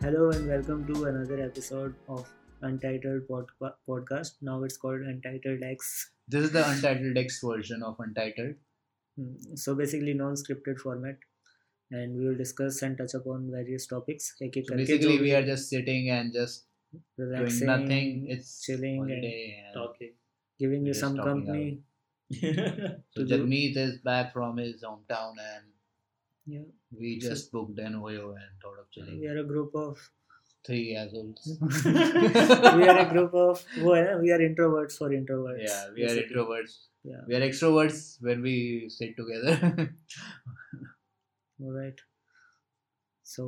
Hello and welcome to another episode of Untitled Podca- Podcast. Now it's called Untitled X. This is the Untitled X version of Untitled. Mm, So basically non-scripted format, and we will discuss and touch upon various topics. एक एक So करके basically, जो we भी are just sitting and just relaxing, doing nothing. It's chilling and holiday. And talking. giving you just some talking company. so to do- Jagmeet is back from his hometown, and Yeah, we So- just booked an OYO and thought of chilling. we are a group of Three assholes. we are a group of वो है ना we are introverts for introverts. Yeah, we are basically. introverts. Yeah. We are extroverts when we sit together. All right. So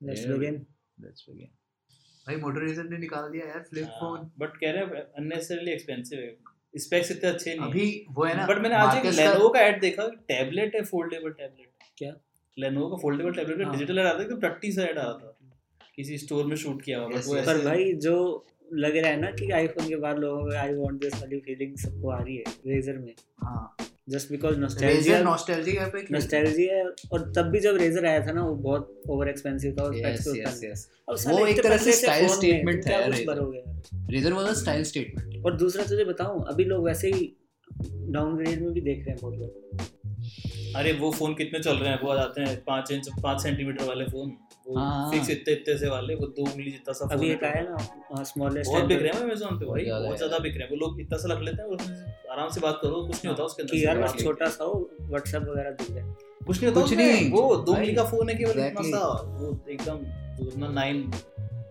let's Yeah. begin. Let's begin. हाँ। भाई मोटराइजर ने निकाल दिया यार flip phone but हाँ। कह रहे अननेसेसरली एक्सपेंसिव है स्पेक्स इतने अच्छे नहीं अभी वो है ना बट मैंने आज एक Marcus का- Lenovo का ऐड देखा टैबलेट है फोल्डेबल टैबलेट क्या? Lenovo का फोल्डेबल टैबलेट का हाँ। डिजिटल ऐड आता है कि प्रैक्टिस से ऐड आ रहा था किसी स्टोर में शूट किया हुआ but Yes, वो yes. पर ऐसे- भाई जो लग रहा है ना कि आईफोन के बाद लोगों में आई वांट दिस वाली फीलिंग सबको आ रही है रेजर में हाँ just because Razr nostalgia nostalgic app है कि- नॉस्टैल्जिया और तब भी जब रेजर आया था ना वो बहुत ओवर एक्सपेंसिव था और Yes, specs भी yes, उतना- yes. अब साले वो एक इतने तरह पतले से style phone में statement तुम क्या था कुछ Razer। भरोगे यार। Razor was a style statement. और दूसरा तुझे बताऊं अभी लोग वैसे ही डाउनग्रेड में भी देख रहे हैं बहुत लोग अरे वो फोन कितने चल रहे हैं वो आते हैं पाँच इंच पाँच सेंटीमीटर वाले फोन वो हाँ। फिक्स इतने इतने से वाले वो दो उंगली जितना सा अभी phone एक है। आया ना हाँ, स्मॉलेस्ट बहुत बिक रहे हैं अमेजोन पे बहुत भाई ज्यादा बहुत है। ज्यादा बिक रहे हैं वो लोग इतना सा रख लेते हैं और आराम से बात करो कुछ नहीं होता उसके अंदर कि से यार अच्छा, बात बस नहीं। छोटा सा हो व्हाट्सएप वगैरह दिख जाए कुछ नहीं होता कुछ उसमें। नहीं। तो वो दो भाई, उंगली का फोन है केवल इतना exactly. सा वो एकदम जो अपना नाइन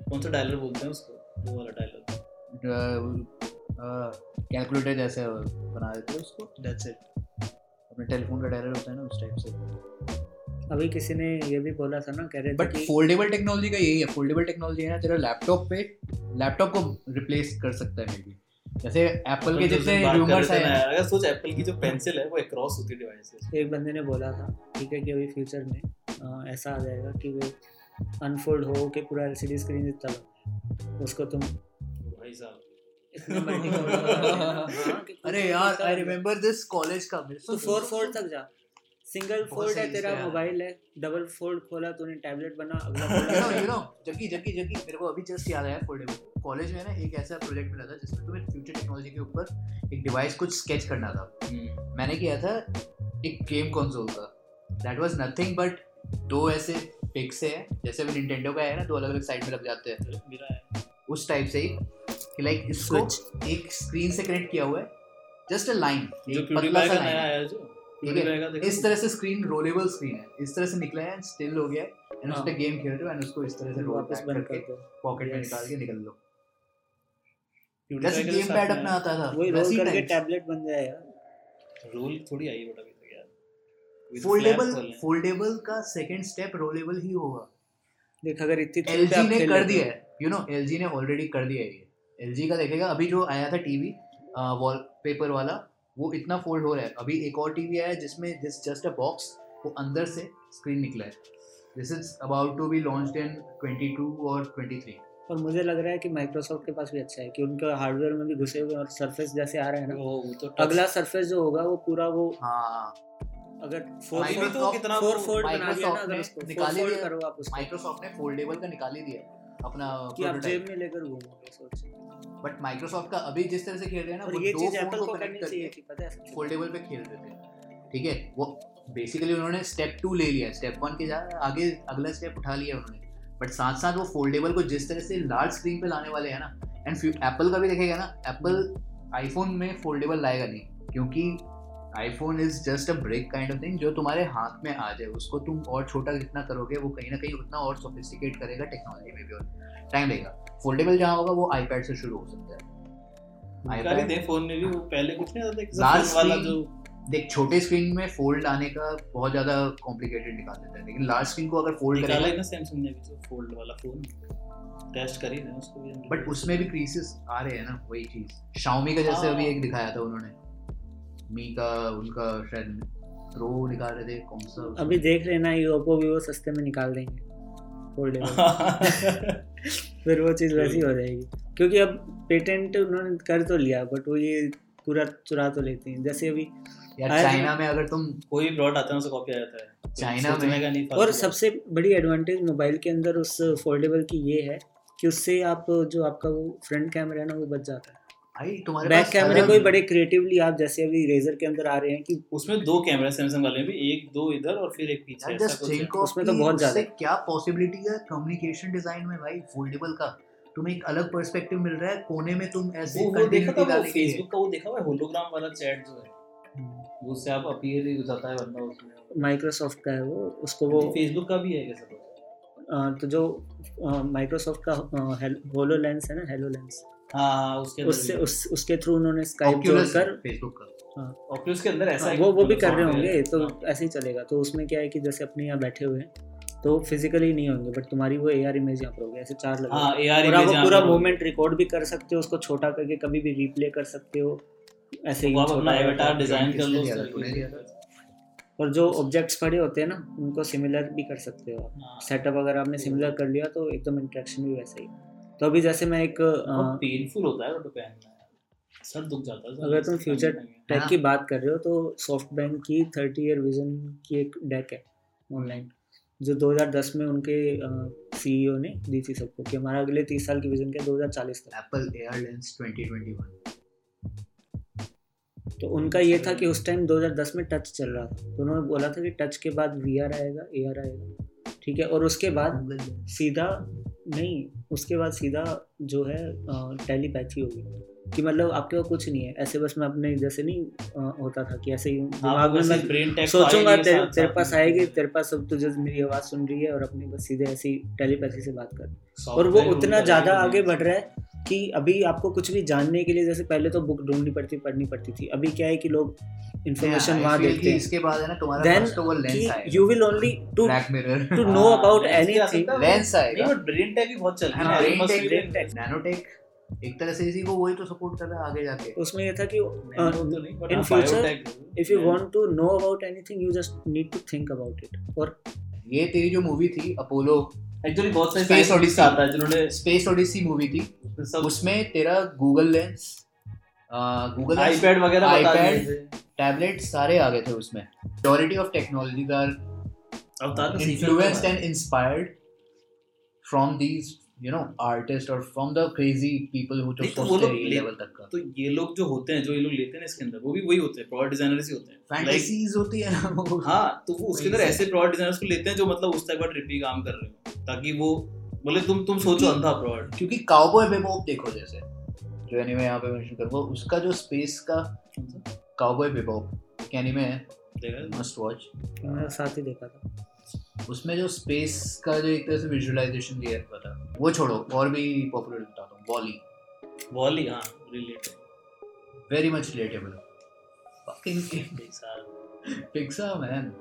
कौन सा डायलर बोलते हैं उसको वो वाला डायलर कैलकुलेटर uh, जैसे बना देते हैं उसको दैट्स इट अपने टेलीफोन का डायलर होता है ना उस टाइप से अभी किसी ने ये भी बोला था ना कह रहे थे बट कि फोल्डेबल टेक्नोलॉजी का यही है फोल्डेबल टेक्नोलॉजी है ना तेरा लैपटॉप पे लैपटॉप को रिप्लेस कर सकता है मे बी जैसे तो एप्पल तो के जितने रूमर्स हैं अगर सोच एप्पल की जो पेंसिल है वो क्रॉस होती है डिवाइस से तो एक बंदे ने बोला था ठीक है कि अभी फ्यूचर में अ, ऐसा आ जाएगा कि वो अनफोल्ड हो के पूरा एलसीडी स्क्रीन जितना बना है। उसको तुम भाई साहब इतने महीने का order करते हैं ना, हाँ, कि अरे कुछ यार होता आई है। रिमेम्बर दिस कॉलेज का मेरे तो को- फोर फोल्ड तक जा सिंगल बहुत फोल्ड है सही तेरा इसका यार। मोबाइल है डबल फोल्ड खोला तूने टैबलेट बना अगला You know, you fold know, जबकि जबकि जबकि मेरे को अभी जस्ट याद आया फोल्डेबल कॉलेज में ना एक ऐसा प्रोजेक्ट मिला था जिसमें तुम्हें फ्यूचर टेक्नोलॉजी के ऊपर एक डिवाइस कुछ स्केच करना था मैंने किया था एक गेम कंसोल का दैट वाज नथिंग बट दो ऐसे पिक्स हैं जैसे अभी निंटेंडो का है ना दो अलग अलग साइड में लग जाते हैं मेरा है उस टाइप से ही कि लाइक इसको एक स्क्रीन से कनेक्ट किया हुआ है जस्ट अ लाइन जो एक पतला प्यूडीफाई सा का लाइन नया है आया है जो ठीक है PewDiePie का देखो। इस तरह से स्क्रीन रोलेबल स्क्रीन है इस तरह से निकला है एंड स्टिल हो गया एंड हाँ। उस पे गेम खेल रहे हो एंड उसको इस तरह से रोल वापस बंद कर करके दो पॉकेट में Yes. निकाल के निकल लो PewDiePie जैसे का जो गेम साथ पैड में अपना आया, आता था वही रोल वैसे ही करके types। टैबलेट बन जाए यार रोल थोड़ी आई बट अभी तक यार With फोल्डेबल flap वाले। फोल्डेबल का सेकंड स्टेप रोलेबल ही होगा देख अगर इतनी थोड़ी एलजी आप ने खेल कर लेते दिया हो। है यू नो एलजी ने ऑलरेडी कर दिया है ये एलजी का देखेगा अभी जो आया था टीवी वॉलपेपर वाला वो इतना फोल्ड हो रहा है अभी एक और टीवी आया है जिसमें दिस जस्ट अ बॉक्स वो अंदर से स्क्रीन निकला है this is about to be launched in 22 और 23 और मुझे लग रहा है कि माइक्रोसॉफ्ट के पास भी अच्छा है कि उनका हार्डवेयर में भी घुसे हुए हैं और सरफेस जैसे आ रहा है ना वो वो तो अगला सरफेस जो होगा वो पूरा वो हाँ अगर फोर Microsoft- फोल्ड तो कितना फोर फोल्ड बना दिया ना Microsoft अगर ने उसको फोर निकाल ही फोल्ड दिया। करो आप उसको माइक्रोसॉफ्ट ने फोल्डेबल का निकाल ही दिया है अपना कि आप जेब में लेकर घूमोगे सोच बट माइक्रोसॉफ्ट का अभी जिस तरह से खेल रहे हैं ना और वो ये दो चीज फोन एप्पल को को connect करनी करके चाहिए थी पता है सबसे फोल्डेबल पे खेल रहे थे ठीक है वो बेसिकली उन्होंने स्टेप टू ले लिया स्टेप वन के जा आगे अगला स्टेप उठा लिया उन्होंने बट साथ साथ वो फोल्डेबल को जिस तरह से लार्ज स्क्रीन पे लाने वाले हैं ना एंड एप्पल का भी देखेगा ना एप्पल आईफोन में फोल्डेबल लाएगा नहीं क्योंकि iPhone is just a break kind of thing जो तुम्हारे हाथ में आ जाए उसको तुम और छोटा जितना करोगे वो कहीं ना कहीं उतना और सोफिस्टिकेट करेगा टेक्नोलॉजी में भी और टाइम लगेगा फोल्डेबल जहाँ होगा वो आईपैड से शुरू हो सकता है उनका भी iPad- दे फोन में भी वो पहले कुछ नहीं आता था एक Last सफेद वाला screen- जो देख छोटे स्क्रीन में फोल्ड आने का बहुत ज्यादा कॉम्प्लिकेटेड निकाल देता है लेकिन लार्ज स्क्रीन को अगर फोल्ड निकाला करेगा ही ना सैमसंग ने भी तो फोल्ड वाला फोन टेस्ट कर ही ना उसको भी हमने। बट उसमें भी क्रीसेस आ रहे हैं ना वही चीज शाओमी का जैसे हाँ। अभी एक दिखाया था उन्होंने मी का उनका शायद प्रो निकाल रहे थे कौन सा अभी देख लेना ये ओप्पो भी वो सस्ते में निकाल देंगे फोल्डेबल फिर वो चीज वैसी हो जाएगी क्योंकि अब पेटेंट उन्होंने कर तो लिया बट वो ये पूरा चुरा तो लेते हैं जैसे अभी यार आया था। चाइना में अगर तुम कोई भी प्लॉट आता है उसे कॉपी आ जाता है चाइना सोचने में का नहीं और फालतू का। सबसे बड़ी एडवांटेज मोबाइल के अंदर उस फोल्डेबल की ये है कि उससे आप जो आपका वो फ्रंट कैमरा है ना वो बच जाता है भाई तुम्हारे बैक पास कैमरे अलग- को ही बड़े क्रिएटिवली आप जैसे अभी रेजर के अंदर आ रहे हैं कि उसमें दो कैमरा सैमसंग वाले में भी एक दो इधर और फिर एक पीछे यार ऐसा जस्ट कुछ है। थिंक ऑफ उसमें तो बहुत ज्यादा है। क्या पॉसिबिलिटी है कम्युनिकेशन डिजाइन में भाई फोल्डेबल का तुम्हें एक अलग पर्सपेक्टिव मिल रहा है कोने में तुम ऐसे वो वो देखा था कंटिन्यूटी वो डालने के लिए फेसबुक का वो देखा हुआ है होलोग्राम वाला चैट जो है उससे आप अपीयर ही हो जाता है बंदा उसमें माइक्रोसॉफ्ट का है वो उसको वो वो फेसबुक का भी है हाँ, कैसा कुछ? अ, तो जो माइक्रोसॉफ्ट का होलो लेंस है ना हेलो लेंस हाँ हाँ, उसके अंदर उससे भी। उस उसके थ्रू उन्होंने स्काइप जोड़ Oculus है कर फेसबुक का Oculus के अंदर ऐसा हाँ, एक वो वो भी मतलब कर रहे software होंगे है। तो हाँ, ऐसे ही चलेगा तो उसमें क्या है कि जैसे अपने यहाँ बैठे हुए हैं तो फिजिकली नहीं होंगे बट तुम्हारी वो एआर इमेज यहाँ पर होगी ऐसे चार लगे हाँ AR और आप image वो यहाँ पूरा पर होगी। मूवमेंट रिकॉर्ड भी कर सकते हो उसको छोटा करके कभी भी रिप्ले कर सकते हो ऐसे ही वो आप छोटा अपना वाला एवटार करके। डिजाइन कर लो किसने उस दिया था? तूने तरह दिया की। और जो ऑब्जेक्ट्स पड़े होते हैं ना उनको सिमिलर भी कर सकते हो आप हाँ, सेटअप अगर आपने सिमिलर कर लिया तो एकदम इंटरेक्शन भी वैसा ही तो अभी जैसे मैं एक बहुत अ, पेनफुल होता है वो तो पहनना सर दुख जाता है अगर तुम future- डेक हाँ। की बात कर रहे हो तो सॉफ्ट बैंक की थर्टी ईयर विजन की एक डेक है ऑनलाइन जो 2010 में उनके सीईओ ने दी थी सबको कि हमारा अगले 30 साल की विजन क्या है 2040 तक एप्पल एयरलाइंस 2021 तो उनका ये था कि उस टाइम 2010 में टच चल रहा था तो उन्होंने बोला था कि टच के बाद वी आएगा ए आएगा ठीक है और उसके बाद गूगल सीधा नहीं उसके बाद सीधा जो है टेलीपैथी होगी कि मतलब आपके पास कुछ नहीं है ऐसे बस मैं अपने जैसे नहीं अ, होता था कि ऐसे ही दिमाग में मैं ब्रेन टैग सोचूंगा तेरे तेरे पास आएगी तो- तेरे पास अब तुझे मेरी आवाज़ सुन रही है और अपने बस सीधे ऐसी टेलीपैथी से बात कर और वो तो उतना ज़्यादा आगे बढ़ रहा है कि अभी आपको कुछ भी जानने के लिए जैसे पहले तो बुक ढूंढनी पड़ती पढ़नी पड़ती थी अभी क्या है कि लोग इन्फॉर्मेशन वहाँ देखते हैं इसके बाद है ना तुम्हारा Then फर्स्ट ओवर लेंस कि आएगा you will only to Black Mirror to know about anything. Lens आएगा बट ब्रेन टैग भी बहुत चल हाँ, रहा है brain Must tag, be brain brain tag. tag. Nanotech एक तरह से इसी को वही तो सपोर्ट कर रहा है आगे जाके उसमें ये था कि Nano तो नहीं, but in हाँ, future, biotech. If you want to know about anything you just need to think about it और ये तेरी जो मूवी थी अपोलो एक्चुअली बहुत सारे Space साइंस ऑडिस Odyssey. आता है जिन्होंने स्पेस ओडिसी मूवी थी सब उसमें तेरा गूगल लेंस गूगल आईपैड वगैरह बता iPad. दिए थे। टैबलेट सारे आ गए थे उसमें majority of technologies are Avatar का sequel तो influenced है। and inspired from these you know artists or from the crazy people who took नहीं, तो वो सोचते लोग हैं ये ले- level तक का तो ये लोग जो होते हैं जो ये लोग लेते हैं ना इसके अंदर वो भी वही होते हैं प्रोडक्ट डिजाइनर्स ही होते हैं Like, fantasies होती है ना वो हाँ तो वो उसके अंदर Crazy. ऐसे प्रोडक्ट डिजाइनर्स को लेते हैं जो मतलब उस टाइप का ट्रिपी काम कर रहे हो ताकि वो मतलब तुम तुम सोचो अंधा प्रोडक्ट क्योंकि काउबॉय बेबॉप देखो जैसे जो एनीमे यहाँ पे मेंशन करूँगा उसका जो स्पेस का काउबॉय बेबॉप एक एनीमे है मस्ट वॉच मैंने साथ ही देखा था उसमें जो स्पेस का जो एक तरह से विजुअलाइजेशन दिया हुआ था वो छोड़ो और भी पॉपुलर बताता हूँ वॉली वॉली हाँ related very much relatable fucking एक साल Pixar man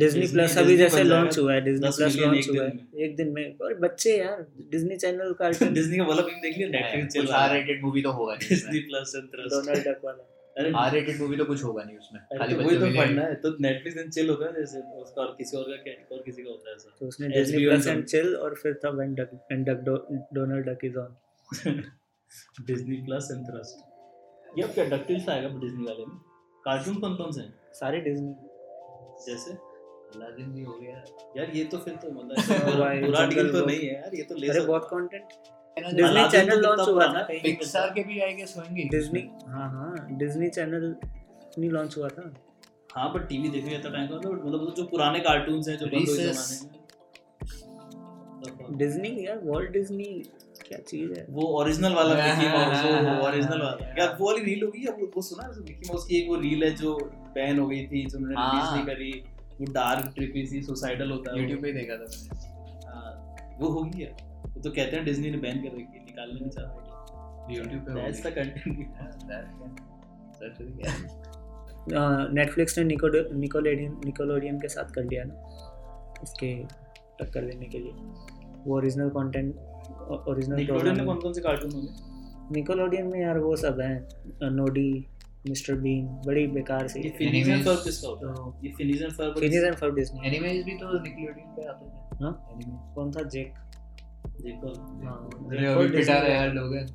Disney Disney- plus अभी Disney जैसे बन लॉन्च जाएगा। हुआ है डिज्नी 10 प्लस million लॉन्च एक हुआ दिन है एक दिन में और बच्चे यार डिज्नी चैनल का डिज्नी का वाला फिल्म देख लिया नेटफ्लिक्स चल कुछ रहा आर है रेटेड मूवी तो होगा नहीं डिज्नी इसमें। प्लस एंड डोनाल्ड डक वाला अरे आर रेटेड मूवी तो कुछ होगा नहीं उसमें अरे खाली तो वही बच्चों तो के पढ़ना लिए है तो नेटफ्लिक्स एंड चिल होता है जैसे उसका और किसी और का क्या और किसी का होता है ऐसा तो उसने HBO Disney plus and and chill और फिर था when duck and duck Donald Duck is on Disney plus and thrust ये अब क्या डकटिल्स आएगा डिज्नी वाले में कार्टून कौन कौन से हैं सारे डिज्नी जैसे अलादीन भी हो गया यार ये तो फिर तो मतलब ऐसा पूरा भाई, पूरा जंगल डील तो बुक। नहीं है यार ये तो ले अरे सकते बहुत कंटेंट है ना, हैं। Disney जो अलादीन Channel तो launch कितना हुआ पुराना था। कहीं नहीं पिक्सार के भी आएंगे होंगे डिज्नी हाँ हाँ डिज्नी चैनल नहीं लॉन्च हुआ था मिलता। हाँ पर टीवी देखने जाता टाइम का तो मतलब वो जो पुराने कार्टून्स हैं जो बंद हुए Recess. जमाने में डिज्नी यार वॉल्ट डिज्नी क्या चीज है वो ओरिजिनल वाला हाँ, मिकी माउस हाँ, हाँ, वो ओरिजिनल हाँ, वाला हाँ। यार वो वाली रील हो गई या वो वो सुना है मिकी माउस की एक वो रील है जो बैन हो गई थी जो उन्होंने हाँ। रिलीज नहीं करी वो डार्क ट्रिपी सी सुसाइडल होता है YouTube वो। पे ही देखा था मैंने हाँ, वो होगी यार वो तो कहते हैं डिज्नी ने बैन कर रखी है, निकालना नहीं चाहता YouTube पे हो दैट्स गया। द कंटेंट हाँ, that's it. Search हो गया। नेटफ्लिक्स ने निकोलोडियन निकोलोडियन के साथ कर लिया ना उसके टक्कर देने के लिए वो ओरिजिनल कंटेंट ओरिजिनल निकोलडन में प्रोग्राम कौन कौन से कार्टून होंगे निकोलोडियन में यार वो सब हैं नोडी मिस्टर बीन बड़ी बेकार सी ये फिनीज एंड Anyways, फर्ब किसका होता तो है ये Phineas and Ferb Phineas and Ferb Disney एनिमेज भी तो निकलोडियन पे आते थे हाँ? एनिमे कौन था जेक देखो हाँ, अरे Jack और अभी पिटा Disney रहा है यार लोगन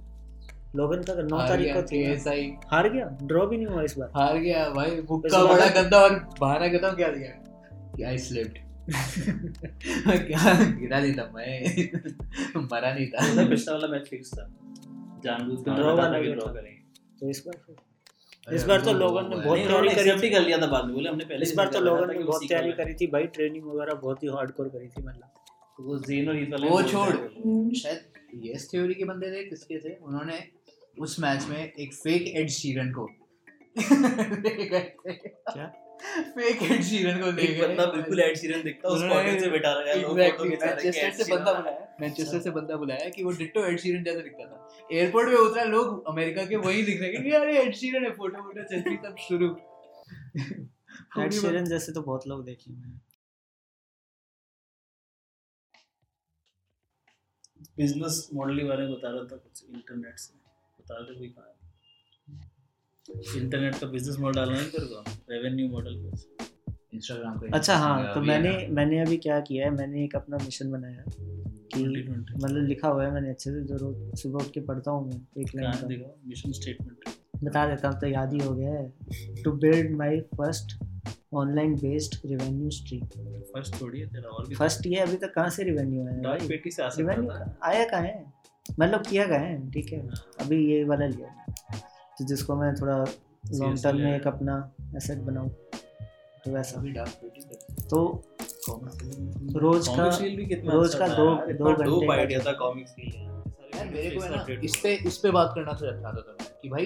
लोगन का नौ हार तारीख गया को थी KSI हार गया ड्रॉ भी नहीं हुआ इस बार हार गया भाई बुक इस का बार- बड़ा गंदा और बहाना खत्म क्या दिया कि आई स्लिप्ड क्या गिरा नहीं था मैं मरा नहीं मतलब था पिछला वाला मैच फिक्स था जानबूझ के हाँ, ड्रॉ draw वाला वाला भी भी ड्रॉ था। करेंगे तो इस बार इस बार तो लोगों ने बहुत तैयारी नहीं उन्होंने करी accept ही कर लिया था बाद में बोले हमने पहले इस ही बार तो कर लिया लोगों था ने कि बहुत तैयारी उसी को लेना करी थी भाई ट्रेनिंग वगैरह बहुत ही हार्डकोर करी थी मतलब है। तो वो जेन और ईद वाले वो बोलते छोड़। हैं। शायद यस थ्योरी के बंदे थे किसके थे उन्होंने उस मैच में एक फेक एड शीरन को ले गए थे। क्या? फेक एड शीरन को ले एक गए बंदा बिल्कुल एड शीरन दिखता है उस उन्होंने- कॉर्नर से बैठा रहा है लोग फोटो एग्जैक्टली खिंचा रहे हैं मैनचेस्टर से कि Ed Sheeran अच्छा। बंदा आ रहा है। बुलाया मैनचेस्टर से बंदा बुलाया कि वो डिट्टो एड शीरन जैसा दिखता था एयरपोर्ट पे उतरा लोग अमेरिका के वही दिख रहे हैं कि यार एड शीरन है फोटो वोटो सेल्फी सब शुरू एड शेरन जैसे तो बहुत लोग देखे हैं बिजनेस मॉडल के बारे में बता रहा था कुछ इंटरनेट से बता रहे कोई कहा इंटरनेट का बिजनेस मॉडल डालना है तेरे को रेवेन्यू मॉडल कुछ इंस्टाग्राम पे अच्छा हाँ तो मैंने मैंने अभी क्या किया है मैंने एक अपना मिशन बनाया है कि 2020 मतलब लिखा हुआ है मैंने अच्छे से जो रोज सुबह उठ के पढ़ता हूँ मैं एक लाइन कहाँ का देखा मिशन स्टेटमेंट बता देता हूँ तो याद ही हो गया है to build my first online based revenue stream first थोड़ी है तेरा और भी फर्स्ट ये अभी तक कहाँ से रेवेन्यू आया है डाक भाई? पेटी से आ सकता रेवेन्यू था आया कहाँ है हाँ। मतलब किया कहाँ है ठीक है अभी ये वाला लिया तो जिसको मैं थोड़ा लॉन्ग टर्म में एक अपना एसेट बनाऊँ तो वैसा सभी डार्क पेटी तो कॉमर्स रोज का कॉमिक फील भी कितना रोज अच्छा का था दो- दो यार, इतना घंटे डोप का आइडिया था था। कॉमिक फील यार यार मेरे को है ना इस पे इस पे बात करना तो अच्छा था मैं कि भाई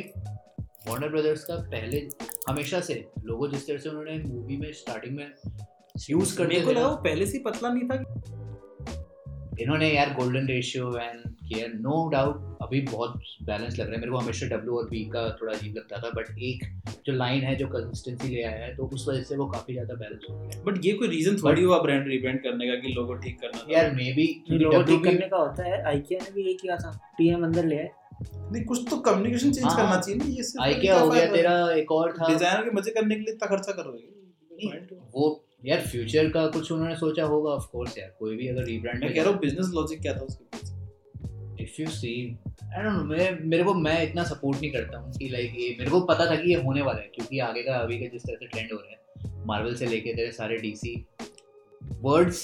वार्नर ब्रदर्स का पहले हमेशा से लोगो जिस तरह से उन्होंने मूवी में स्टार्टिंग में यूज करने मेरे को लगा वो पहले से ही पतला नहीं था इन्होंने यार गोल्डन रेशियो एंड किया नो डाउट अभी बहुत बैलेंस लग रहा है मेरे को हमेशा डब्ल्यू और बी का थोड़ा अजीब लगता था बट एक जो लाइन है जो कंसिस्टेंसी ले आया है तो उस वजह से वो काफी ज्यादा बैलेंस हो गया बट ये कोई रीजन थोड़ी हुआ ब्रांड रिब्रांड करने का कि लोगो ठीक करना था। है। यार मे बी लोगों ठीक करने का होता है आइकिया ने भी ये किया था टीएम अंदर ले आए नहीं कुछ तो कम्युनिकेशन चेंज हाँ। करना चाहिए ना ये सिर्फ आई क्या हो गया तेरा एक और था डिजाइनर के मजे करने के लिए इतना खर्चा कर रहे नहीं, वो यार फ्यूचर का कुछ उन्होंने सोचा होगा ऑफ कोर्स यार कोई भी अगर मैं रीब्रांड कह रहा हूँ बिजनेस लॉजिक क्या था उसके पीछे if you see I don't know मेरे मेरे को मैं इतना सपोर्ट नहीं करता हूँ कि लाइक ये मेरे को पता था कि ये होने वाला है क्योंकि आगे का अभी का जिस तरह से ट्रेंड हो रहा है मार्वल से लेके तेरे सारे डीसी वर्ड्स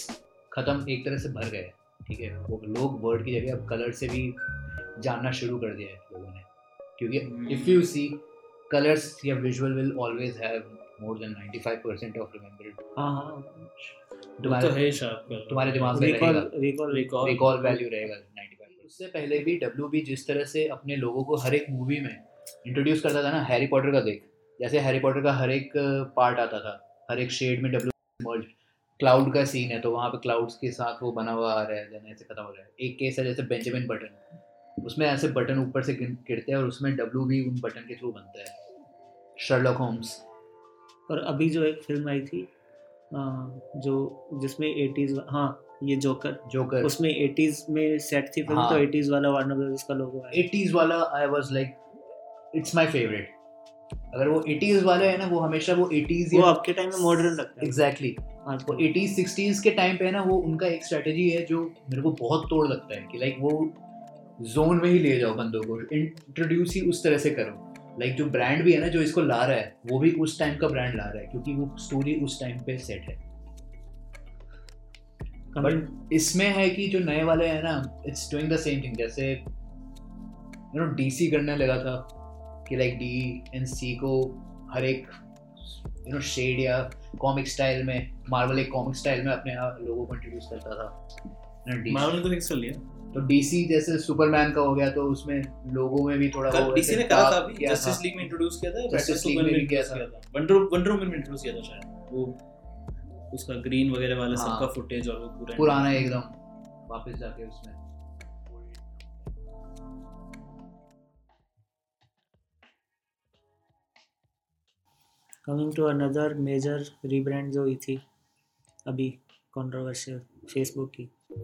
खत्म एक तरह से भर गए हैं, ठीक है वो लोग वर्ड की जगह अब कलर से भी जानना शुरू कर दिया है लोगों ने Hmm. क्योंकि इफ यू सी कलर्स या visual will always have more than 95% of remembered हाँ हाँ वो तो है शार्प कर तुम्हारे दिमाग में रहेगा recall recall recall recall value रहेगा 95 उससे पहले भी डब्ल्यू बी जिस तरह से अपने लोगों को हर एक मूवी में इंट्रोड्यूस करता था ना हैरी पॉटर का देख जैसे हैरी पॉटर का हर एक पार्ट आता था हर एक शेड में डब्ल्यू मर्ज क्लाउड का सीन है तो वहाँ पे क्लाउड्स के साथ वो बना हुआ आ रहा है देन ऐसे खत्म हो रहा है एक केस है जैसे बेंजामिन बटन उसमें ऐसे बटन ऊपर से गिर- गिरते हैं और उसमें डब्ल्यू बी उन बटन के थ्रू बनता है शर्लॉक होम्स और अभी जो एक फिल्म आई थी अ, जो जिसमें 80s वा- हाँ ये जोकर जोकर उसमें 80s में सेट थी फिल्म हाँ। तो 80s वाला वार्नर ब्रदर्स का लोगो है 80s वाला I was like it's my favourite अगर वो 80s वाले है ना वो हमेशा वो 80s वो या आपके टाइम में मॉडर्न लगता है हाँ, तो एग्जैक्टली वो आजकल 80s 60s के टाइम पे है ना वो उनका एक स्ट्रेटजी है जो मेरे को बहुत तोड़ लगता है कि लाइक वो जोन में ही ले जाओ बंदों को इंट्रोड्यूस ही उस तरह से करो लाइक जो ब्रांड भी है ना जो इसको ला रहा है वो भी उस टाइम का ब्रांड ला रहा है क्योंकि वो स्टोरी उस टाइम पे सेट है कमेंट इसमें है कि जो नए वाले हैं ना it's doing the same thing जैसे यू नो डीसी करने लगा था कि लाइक डी एंड सी को हर एक यू नो शेड या कॉमिक स्टाइल में मार्वल एक कॉमिक स्टाइल में अपने यहाँ लोगों को इंट्रोड्यूस करता था you know, DC मार्वल को फिक्स कर लिया तो डीसी जैसे सुपरमैन का हो गया तो उसमें लोगों में भी थोड़ा वो डीसी तो वैसे ने करा था dark हाँ, अभी किया जस्टिस था। लीग में इंट्रोड्यूस किया था Justice League में बैटमैन सुपरमैन में भी किया इंट्रोड्यूस किया था वंडर वंडर वुमन में इंट्रोड्यूस किया था शायद वो उसका ग्रीन वगैरह वाला हाँ। सबका फुटेज और वो पूरा पुराना एकदम वापस जाके उसमें coming to another major rebrand जो हुई थी अभी कंट्रोवर्शियल फेसबुक की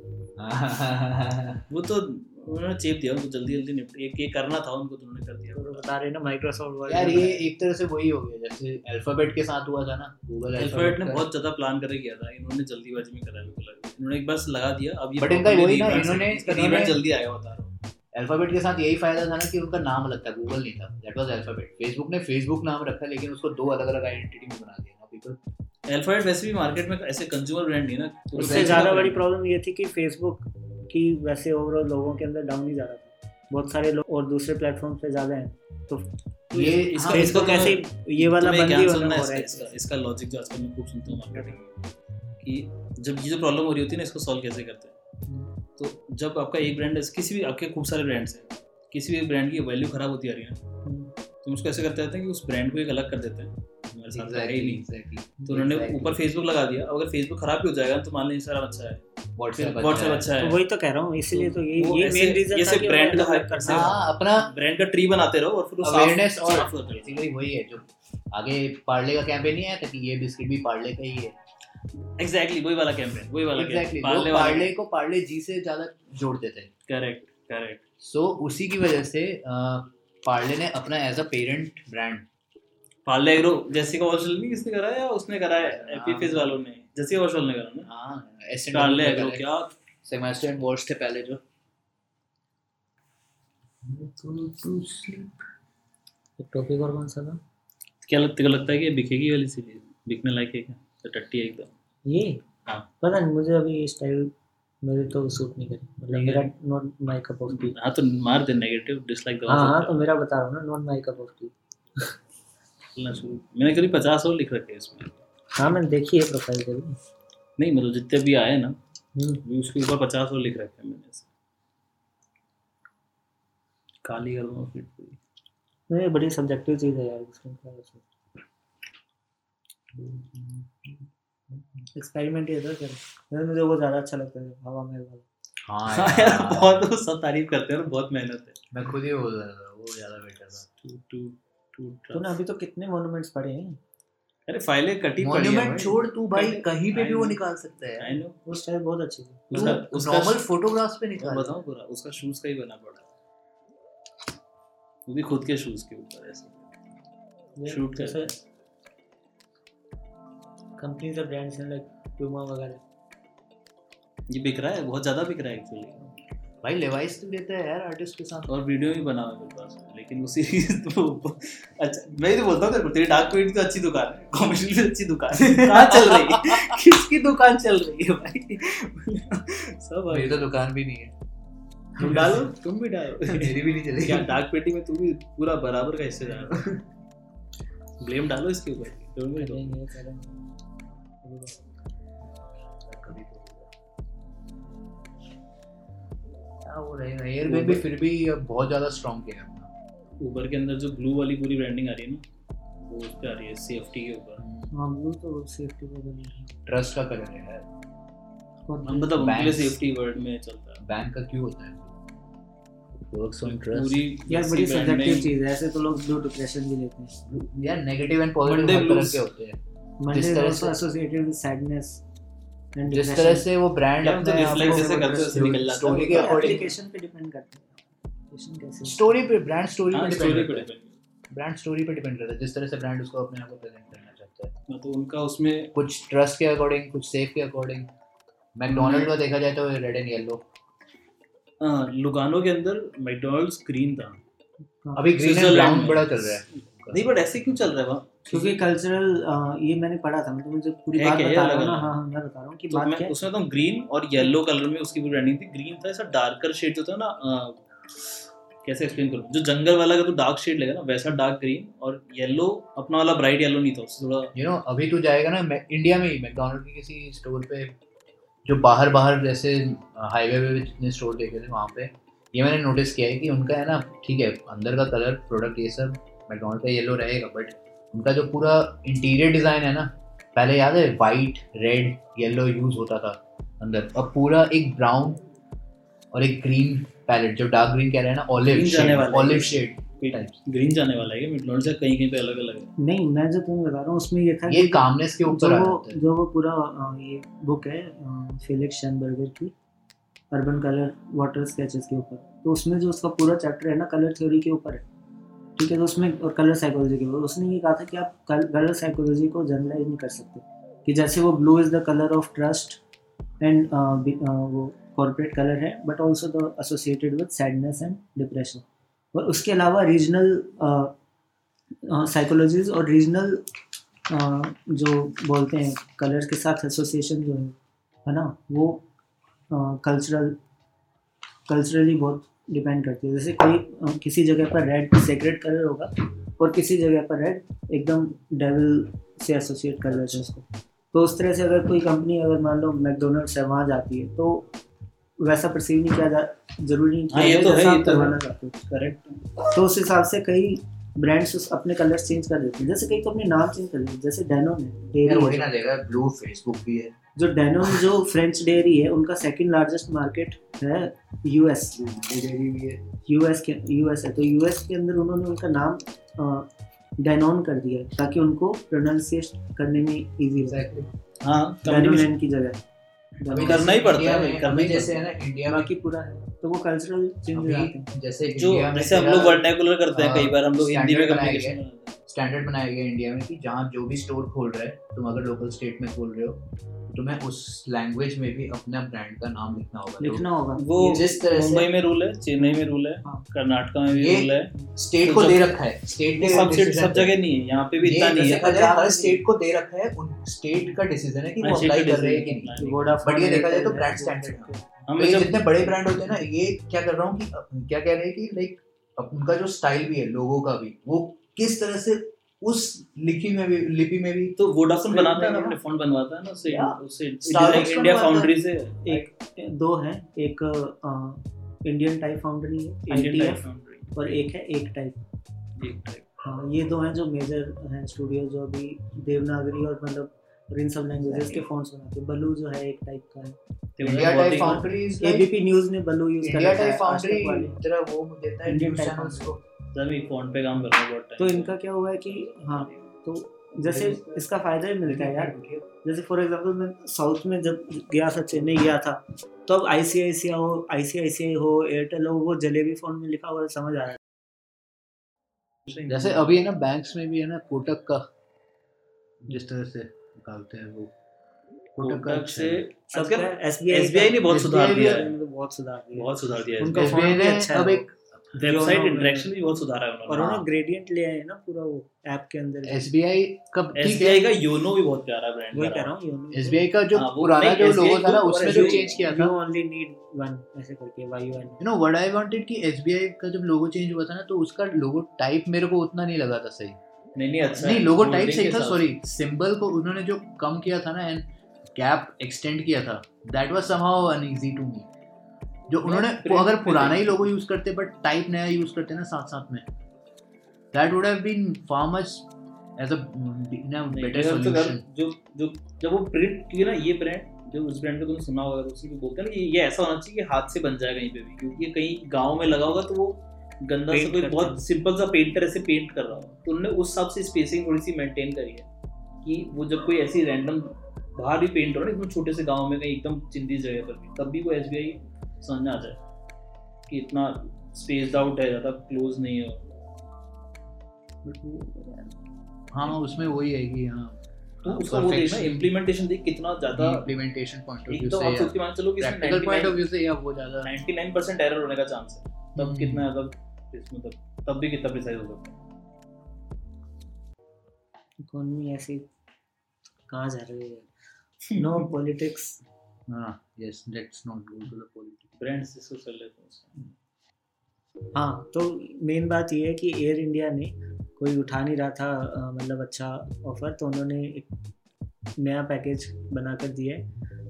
वो तो उन्होंने चेप दिया उनको जल्दी जल्दी निपट एक एक करना था उनको तो उन्होंने कर दिया तो वो बता रहे हैं ना माइक्रोसॉफ्ट वर्ड यार ये एक तरह से वही हो गया जैसे अल्फाबेट के साथ हुआ था ना गूगल अल्फाबेट ने बहुत ज्यादा प्लान करके किया था इन्होंने जल्दीबाजी में करा मेरे को लगा इन्होंने एक बस लगा दिया अब ये But इनका properly वही ना, rebrand से- इन्होंने- इसका इन्होंने- rebrand जल्दी आया बता रहा हूँ अल्फाबेट के साथ यही फायदा था ना कि उनका नाम अलग था गूगल नहीं था दैट वाज अल्फाबेट फेसबुक ने फेसबुक नाम रखा लेकिन उसको दो अलग अलग आइडेंटिटी में बना दिया ना पीपल अल्फाबेट वैसे भी मार्केट में ऐसे कंज्यूमर ब्रांड नहीं है ना पूरे उससे brand ज़्यादा का बड़ी brand प्रॉब्लम ये थी कि फेसबुक की वैसे ओवरऑल लोगों के अंदर डाउन ही जा रहा था बहुत सारे लोग और दूसरे प्लेटफॉर्म पे ज़्यादा हैं तो ये इसका- हाँ, फेसबुक तुम्हें- ऐसे ये वाला तुम्हें बंद क्या ही होना सुनना है हो रहा इसका है इसका इसका लॉजिक जो आजकल मैं खूब सुनता हूँ मार्केटिंग कि जब ये जो प्रॉब्लम हो रही होती है ना इसको सॉल्व कैसे करते हैं तो जब आपका एक ब्रांड है किसी भी आपके खूब सारे ब्रांड्स हैं किसी भी ब्रांड की वैल्यू खराब होती आ रही है ना तो हम उसको ऐसे करते रहते हैं कि उस ब्रांड को एक अलग कर देते हैं हमारे साथ तो है ही exactly, नहीं exactly. तो उन्होंने Exactly. ऊपर फेसबुक लगा दिया अगर फेसबुक खराब भी हो जाएगा तो मान लें इंस्टाग्राम अच्छा है WhatsApp फिर अच्छा व्हाट्सएप है। अच्छा तो है वही तो कह रहा हूँ इसीलिए तो ये वो ये ऐसे- मेन रीजन ये था सिर्फ कि brand brand का hype करते करते हैं। हाँ अपना ब्रांड का ट्री बनाते रहो और फिर वो साफ- Awareness और- साफ करते रहो। बेसिकली वही है जो आगे पार्ले का कैंपेन नहीं आया था कि ये बिस्किट भी पार्ले का ही है एग्जैक्टली वही वाला कैंपेन वही वाला एग्जैक्टली पार्ले लोग वाला पार्ले को पार्ले जी से ज्यादा जोड़ते थे करेक्ट करेक्ट सो उसी की वजह से अ, पार्ले ने अपना as a parent brand Parle agro Jessica वॉशल नहीं किसने करा है या उसने करा है हाँ। एपीफेस वालों ने जैसिका वॉशल ने करा ना हाँ पार्ले एग्रो क्या सेमेस्टर एंड वॉर्स थे पहले जो टॉपिक और कौन सा था क्या लगता है लगता है कि ये बिकेगी वाली सीरीज बिकने लायक है क्या तो टट्टी है एकदम ये हाँ। पता नहीं मुझे अभी ये स्टाइल मेरे तो सूट नहीं करी मतलब नहीं मेरा not my cup of T हाँ तो मार दे नेगेटिव डिसलाइक दबा हाँ हाँ सकते तो मेरा बता रहा हूँ ना not my cup of tea तो- हो। खेलना शुरू मैंने करीब पचास और लिख रखे हैं इसमें हाँ मैंने देखी है प्रोफाइल तेरी नहीं मतलब जितने भी आए ना हम्म, भी उसके ऊपर पचास और लिख रखे हैं मैंने ऐसे काली कर दूंगा फिर पूरी। नहीं, ये बड़ी सब्जेक्टिव चीज़ है यार इसमें क्या एक्सपेरिमेंट ही था क्या नहीं, मुझे वो ज़्यादा अच्छा लगता है हवा में वाला हाँ यार बहुत वो सब तारीफ करते हैं और बहुत मेहनत है मैं खुद ही बोल रहा था वो ज्यादा बेटर था टू टू टू तूने अभी तो कितने मॉन्यूमेंट्स पढ़े हैं अरे फाइलें कटी पड़ी हैं मॉन्यूमेंट भाई। छोड़ तू भाई I know, कहीं पे I भी वो know, निकाल सकता है I know। वो स्टाइल बहुत अच्छी थी उसका उसका नॉर्मल फोटोग्राफ्स पे मैं निकाल बताऊं पूरा उसका शूज का ही बना पड़ा है। वो भी खुद के शूज के ऊपर ऐसे ये शूट कर जैसे कंपनीज और ब्रांड्स हैं लाइक प्यूमा वगैरह ये बिक रहा है बहुत ज्यादा बिक रहा है एक्चुअली भाई लेवाइस तो लेता है यार आर्टिस्ट के साथ और वीडियो भी बना हुआ है मेरे पास लेकिन वो सीरीज तो अच्छा मैं ही तो बोलता हूँ तेरे को, तेरी डार्क क्वीन तो अच्छी दुकान है कॉमर्शियल भी अच्छी दुकान है कहाँ चल रही है किसकी दुकान चल रही है भाई मेरी सब भाई तो दुकान भी नहीं है तुम डालो तुम भी डालो मेरी भी नहीं चलेगी क्या डार्क पेटी में तू भी पूरा बराबर का हिस्सेदार है। ब्लेम डालो इसके ऊपर दोनों ही दो। करेंगे करेंगे कभी तो होगा। क्या वो रहेगा एयरबैग फिर भी बहुत ज्यादा स्ट्रांग किया है अपना। ऊबर के अंदर जो ब्लू वाली पूरी ब्रांडिंग आ रही है ना वो उस पे आ रही है सेफ्टी के ऊपर हाँ ब्लू तो सेफ्टी को बनी है ट्रस्ट का कलर है यार हम मतलब उनके लिए Banks. सेफ्टी वर्ड में चलता है बैंक का क्यों होता है वर्क्स ऑन ट्रस्ट पूरी यार बड़ी सब्जेक्टिव चीज है ऐसे तो लोग ब्लू डिप्रेशन भी लेते हैं यार नेगेटिव एंड पॉजिटिव Monday हर तरह blues. के होते हैं मंडे तरह आल्सो से- एसोसिएटेड विद सैडनेस एंड जिस तरह से वो ब्रांड यार, तो reflect जैसे करते हो, उससे निकल जाता है। स्टोरी के अकॉर्डिंग एप्लीकेशन पे डिपेंड करता है एप्लीकेशन कैसे स्टोरी पे ब्रांड स्टोरी पे हाँ स्टोरी डिपेंड पे करता डिपेंड है ब्रांड स्टोरी पे डिपेंड करता है जिस तरह से ब्रांड उसको अपने आप को प्रेजेंट करना चाहता है तो उनका उसमें कुछ ट्रस्ट के अकॉर्डिंग कुछ सेफ के अकॉर्डिंग मैकडोनल्ड का देखा जाए तो रेड एंड येलो हाँ, लुगानो के अंदर मैकडोनल्ड्स ग्रीन था अभी ग्रीन एंड स्विट्जरलैंड ब्राउन में। बड़ा चल रहा है नहीं बट ऐसे क्यों चल रहा है वहाँ क्योंकि कल्चरल ये मैंने पढ़ा था मैं तुम्हें जो पूरी है बात क्या? ये बता रहा हूँ अलग ना अलग है। हाँ हाँ, मैं बता रहा हूँ कि तो बात मैं क्या है उसमें तो ग्रीन और येलो कलर में उसकी पूरी ब्रांडिंग थी ग्रीन था ऐसा डार्कर शेड जो था ना अ, कैसे एक्सप्लेन करूं जो जंगल वाला का तो डार्क शेड लगा ना वैसा डार्क ग्रीन और येलो अपना वाला ब्राइट येलो नहीं था उससे थोड़ा यू नो अभी तू जाएगा ना मैं- इंडिया में ही मैकडोनल्ड के किसी स्टोर पे जो बाहर बाहर जैसे हाईवे पे भी जितने स्टोर देखे थे वहाँ पे ये मैंने नोटिस किया है कि उनका है ना ठीक है अंदर का कलर प्रोडक्ट ये सब मैकडोनल्ड का येलो रहेगा बट उनका जो पूरा इंटीरियर डिज़ाइन है ना पहले याद है वाइट रेड येलो यूज़ होता था अंदर अब पूरा एक ब्राउन और एक ग्रीन पैलेट जो डार्क ग्रीन कह रहे हैं ना ऑलिव Green जाने वाला है। ऑलिव शेड ग्रीन जाने वाला है ये मिडलॉन्ड से कहीं कहीं पे अलग अलग है नहीं मैं जो तुम्हें बता रहा हूँ उसमें ये था ये कि- कामनेस के ऊपर तो जो आ वो जाता है जो वो पूरा अ, ये बुक है फेलिक्स शनबर्गर की अर्बन कलर वाटर स्केचेस के ऊपर तो उसमें जो उसका पूरा चैप्टर है ना कलर थ्योरी के ऊपर है ठीक है तो उसमें और कलर साइकोलॉजी के ऊपर उसने ये कहा था कि आप कलर साइकोलॉजी को जनरलाइज नहीं कर सकते कि जैसे वो blue is the colour of trust and वो कॉरपोरेट कलर है but also the associated with sadness and depression और उसके अलावा रीजनल साइकोलॉजीज और रीजनल अ, जो बोलते हैं कलर्स के साथ एसोसिएशन जो है है ना वो कल्चरल कल्चरली बहुत डिपेंड करती है जैसे कोई अ, किसी जगह पर रेड सेक्रेट कलर होगा और किसी जगह पर रेड एकदम डेविल से एसोसिएट कर लेते हैं उसको तो उस तरह से अगर कोई कंपनी अगर मान लो मैकडोनल्ड्स है वहाँ जाती है तो वैसा परसीव नहीं किया जा जरूरी नहीं हाँ, ये किया तो जाए जैसा आप है, ये तो है। करवाना चाहते हो करेक्ट तो उस हिसाब से कई ब्रांड्स अपने कलर्स चेंज कर देते हैं जैसे कई तो अपने नाम चेंज कर देते हैं जैसे डेनोन है यार डेयरी हम्म, वही ना है। देगा ब्लू फेसबुक भी है जो डेनोन जो फ्रेंच डेयरी है उनका सेकंड लार्जेस्ट मार्केट है यूएस डेयरी भी है यूएस के यूएस है तो यूएस के अंदर उन्होंने उनका नाम डेनोन कर दिया है, ताकि उनको प्रोनाउंसिएशन करने में इजी हो जाए हाँ तो कम्युनिकेशन डेनोन की जगह अभी करना ही जैसे पड़ता है इंडिया में- भाई, करना अभी ही जैसे है ना इंडिया में बाकी पूरा है तो वो कल्चरल चेंज आते हैं अभी जैसे जो इंडिया में जैसे हम लोग वर्नैकुलर करते हैं हाँ, कई बार हम लोग हिंदी में standard बनाया कम्युनिकेशन स्टैंडर्ड बनाया गया है इंडिया में कि जहाँ जो भी स्टोर खोल रहे है तुम अगर लोकल स्टेट में खोल रहे हो तो तुम्हें उस लैंग्वेज में भी अपना ब्रांड का नाम लिखना होगा लिखना होगा वो तो जिस तरह मुंबई से में रूल है चेन्नई में रूल है हाँ। कर्नाटका में भी ये- रूल है स्टेट तो को जब- दे रखा है स्टेट ये के सब decision सब पे। जगह नहीं है यहाँ पे भी ये इतना नहीं जैसे है कहा जाए, हर पंजाब में स्टेट को दे रखा है उन स्टेट का डिसीजन है कि वो हाँ, state अप्लाई का कर रहे हैं decision कि है। नहीं वोडाफोन But ये देखा जाए तो एयरटेल brand है, standard वो- हम ये जब जितने बड़े ब्रांड होते हैं ना ये क्या कर रहा हूँ कि अ, क्या कह रहे हैं कि लाइक उनका जो स्टाइल भी है लोगों का भी वो किस तरह से उस लिखी में भी लिपि में भी तो वोडाफोन Script बनाता है ना में अपने फोन बनवाता है ना उससे Yeah. उससे Starbucks इंडिया बनवाता है। फाउंड्री से दो हैं एक इंडियन टाइप फाउंड्री है इंडियन टाइप ITF, फाउंड्री और एक है एक टाइप एक type। हाँ ये दो हैं जो मेजर हैं स्टूडियो जो अभी देवनागरी और मतलब इन सब लैंग्वेजेस के फॉन्ट्स बनाते हैं बलू जो है एक टाइप का है तो इंडिया बहुत टाइप ही- फाउंड्रीज एबीपी न्यूज़ ने बलू यूज कर इंडिया रखा टाइप है आज फाउंड्री तक वाले। जरा वो देता है Indian न्यूज type चैनल को सर मैं फोन पे काम कर रहा हूँ बहुत time तो से। इनका क्या हुआ है कि हाँ तो जैसे इसका फायदा ही मिलता है यार जैसे फॉर एग्जांपल मैं साउथ में जब गया था चेन्नई गया था तो अब आई सी आई सी हो आई सी आई सी हो एयरटेल हो वो जलेबी फोन में लिखा हुआ है, समझ आ रहा है जैसे अभी है ना बैंक्स में भी है ना कोटक का जिस तरह से निकालते हैं वो अच्छा कोटक से सबका आजकल एस बी आई SBI ने बहुत सुधार दिया है तो बहुत सुधार दिया है। बहुत सुधार दिया है उनका SBI फॉर्म भी ने अच्छा अब है एक- वेबसाइट जो- इंटरेक्शन भी बहुत सुधारा है और उन्होंने उन्होंने हाँ। ग्रेडियंट ले आए हैं ना पूरा वो ऐप के अंदर एस बी आई का ठीक है एसबीआई का योनो भी बहुत प्यारा ब्रांड वही कह रहा हूँ योनो एस बी आई का जो हाँ, वो पुराना नहीं, जो SBI लोगो था ना को उसमें और जो SBI चेंज किया था यू ओनली नीड वन ऐसे करके why one you know what I wanted कि एसबीआई का जब लोगो चेंज हुआ था ना तो उसका लोगो टाइप मेरे को उतना नहीं लगा था सही नहीं नहीं अच्छा नहीं है। लोगो टाइप Holding सही के था साथ। सॉरी सिंबल को उन्होंने जो कम किया था ना एंड कैप एक्सटेंड किया था that was somehow uneasy to me जो उन्होंने वो print- अगर पुराना ही print- लोगो यूज करते बट टाइप नया यूज करते ना साथ साथ में that would have been far much as a नहीं, बेटर अगर तो अगर सॉल्यूशन जो जो जब वो प्रिंट क्योंकि ना ये ब्रांड जो उस ब्रांड का तुमने सुना होगा उसी को बोलते हैं ना ये- ये ऐसा होना चाहिए कि हाथ से बन जाए कहीं पे भी क्योंकि ये कहीं गांव में लगा होगा तो वो गंदा सा Paint कोई करते बहुत हैं। सिंपल सा पेंटर ऐसे पेंट कर रहा हो तो उनने उस हिसाब से स्पेसिंग थोड़ी सी मेंटेन करी है कि वो जब कोई ऐसी रैंडम बाहर भी पेंट हो रहा है एकदम छोटे से गांव में कहीं एकदम चिंदी जगह पर भी तब भी वो एस समझ में आ जाए कि इतना स्पेस्ड आउट है ज़्यादा क्लोज नहीं है हाँ उसमें वही है कि हाँ तो उसका वो देखना इम्प्लीमेंटेशन देख कितना ज़्यादा इम्प्लीमेंटेशन पॉइंट ऑफ एक व्यू तो से आप या सोच के मान चलो कि इसमें प्रैक्टिकल पॉइंट ऑफ 99 व्यू से या वो ज्यादा 99% एरर होने का चांस है तब हम्म। कितना मतलब इसमें तब तब भी कितना प्रिसाइज हो सकता है इकोनॉमी ऐसी कहाँ जा रही है नो पॉलिटिक्स हाँ yes let's not go to the politics brands इसको कर लेते हैं उसको। हाँ तो मेन बात ये है कि एयर इंडिया ने कोई उठा नहीं रहा था अ, मतलब अच्छा ऑफर तो उन्होंने एक नया पैकेज बनाकर दिया है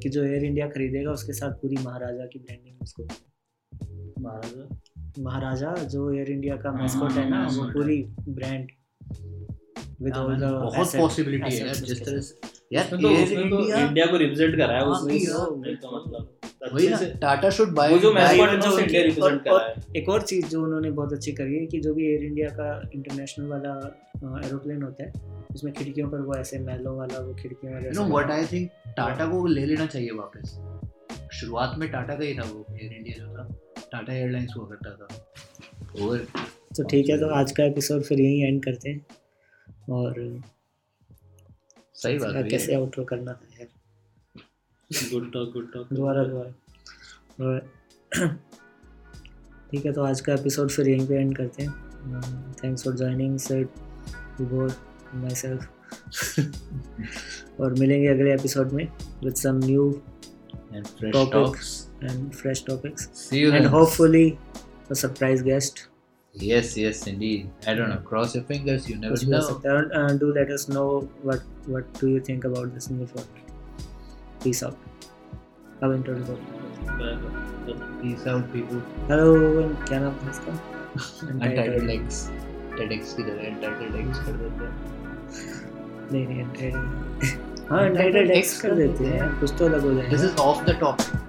कि जो एयर इंडिया खरीदेगा उसके साथ पूरी महाराजा की ब्रांडिंग उसको महाराजा महाराजा जो एयर इंडिया का हाँ, मैस्कॉट है ना वो mascot है। पूरी ब्रांड विद ऑल द हाँ, बहुत पॉसिबिलिटी है यार जिस तरह से यार उसने तो एयर उसने तो इंडिया इंडिया को रिप्रेजेंट करा है हाँ, उसने भाई, हाँ। एक तो मतलब वही अच्छे ना से टाटा शुड बाय वो जो मैस्कॉट है ना जो उसे इंडिया उनकी- रिप्रेजेंट और- करा है एक और चीज़ जो उन्होंने बहुत अच्छी करी है कि जो भी एयर इंडिया का इंटरनेशनल वाला एरोप्लेन होता है उसमें खिड़कियों पर वो ऐसे मैलो वाला वो खिड़कियों वाला you know what I think Tata को ले लेना चाहिए वापस शुरुआत में टाटा का ही था वो एयर इंडिया जो था टाटा एयरलाइंस हुआ करता था और तो ठीक है तो आज का एपिसोड फिर यहीं एंड करते हैं और सही बात है कैसे आउटरो करना था यार गुड टॉक गुड टॉक दोबारा दोबारा और ठीक है तो आज का एपिसोड Um, फिर यहीं पे एंड करते हैं thanks for joining sir Vibhor माई सेल्फ और मिलेंगे अगले एपिसोड में with some new and fresh Topics. talks. And fresh topics See you and then. Hopefully a surprise guest Yes, yes, indeed. I don't know. Cross your fingers. You never कुछ भी हो know. सकता है uh, do let us know what what do you think about this new format peace out अब interview Peace out, people. Hello क्या नाम था इसका Untitled legs. TEDx की जगह Untitled legs कर देते हैं. नहीं नहीं untitled। हाँ टाइटल Untitled टेक्स्ट कर देते हैं कुछ तो अलग हो This जाएगा is off the topic.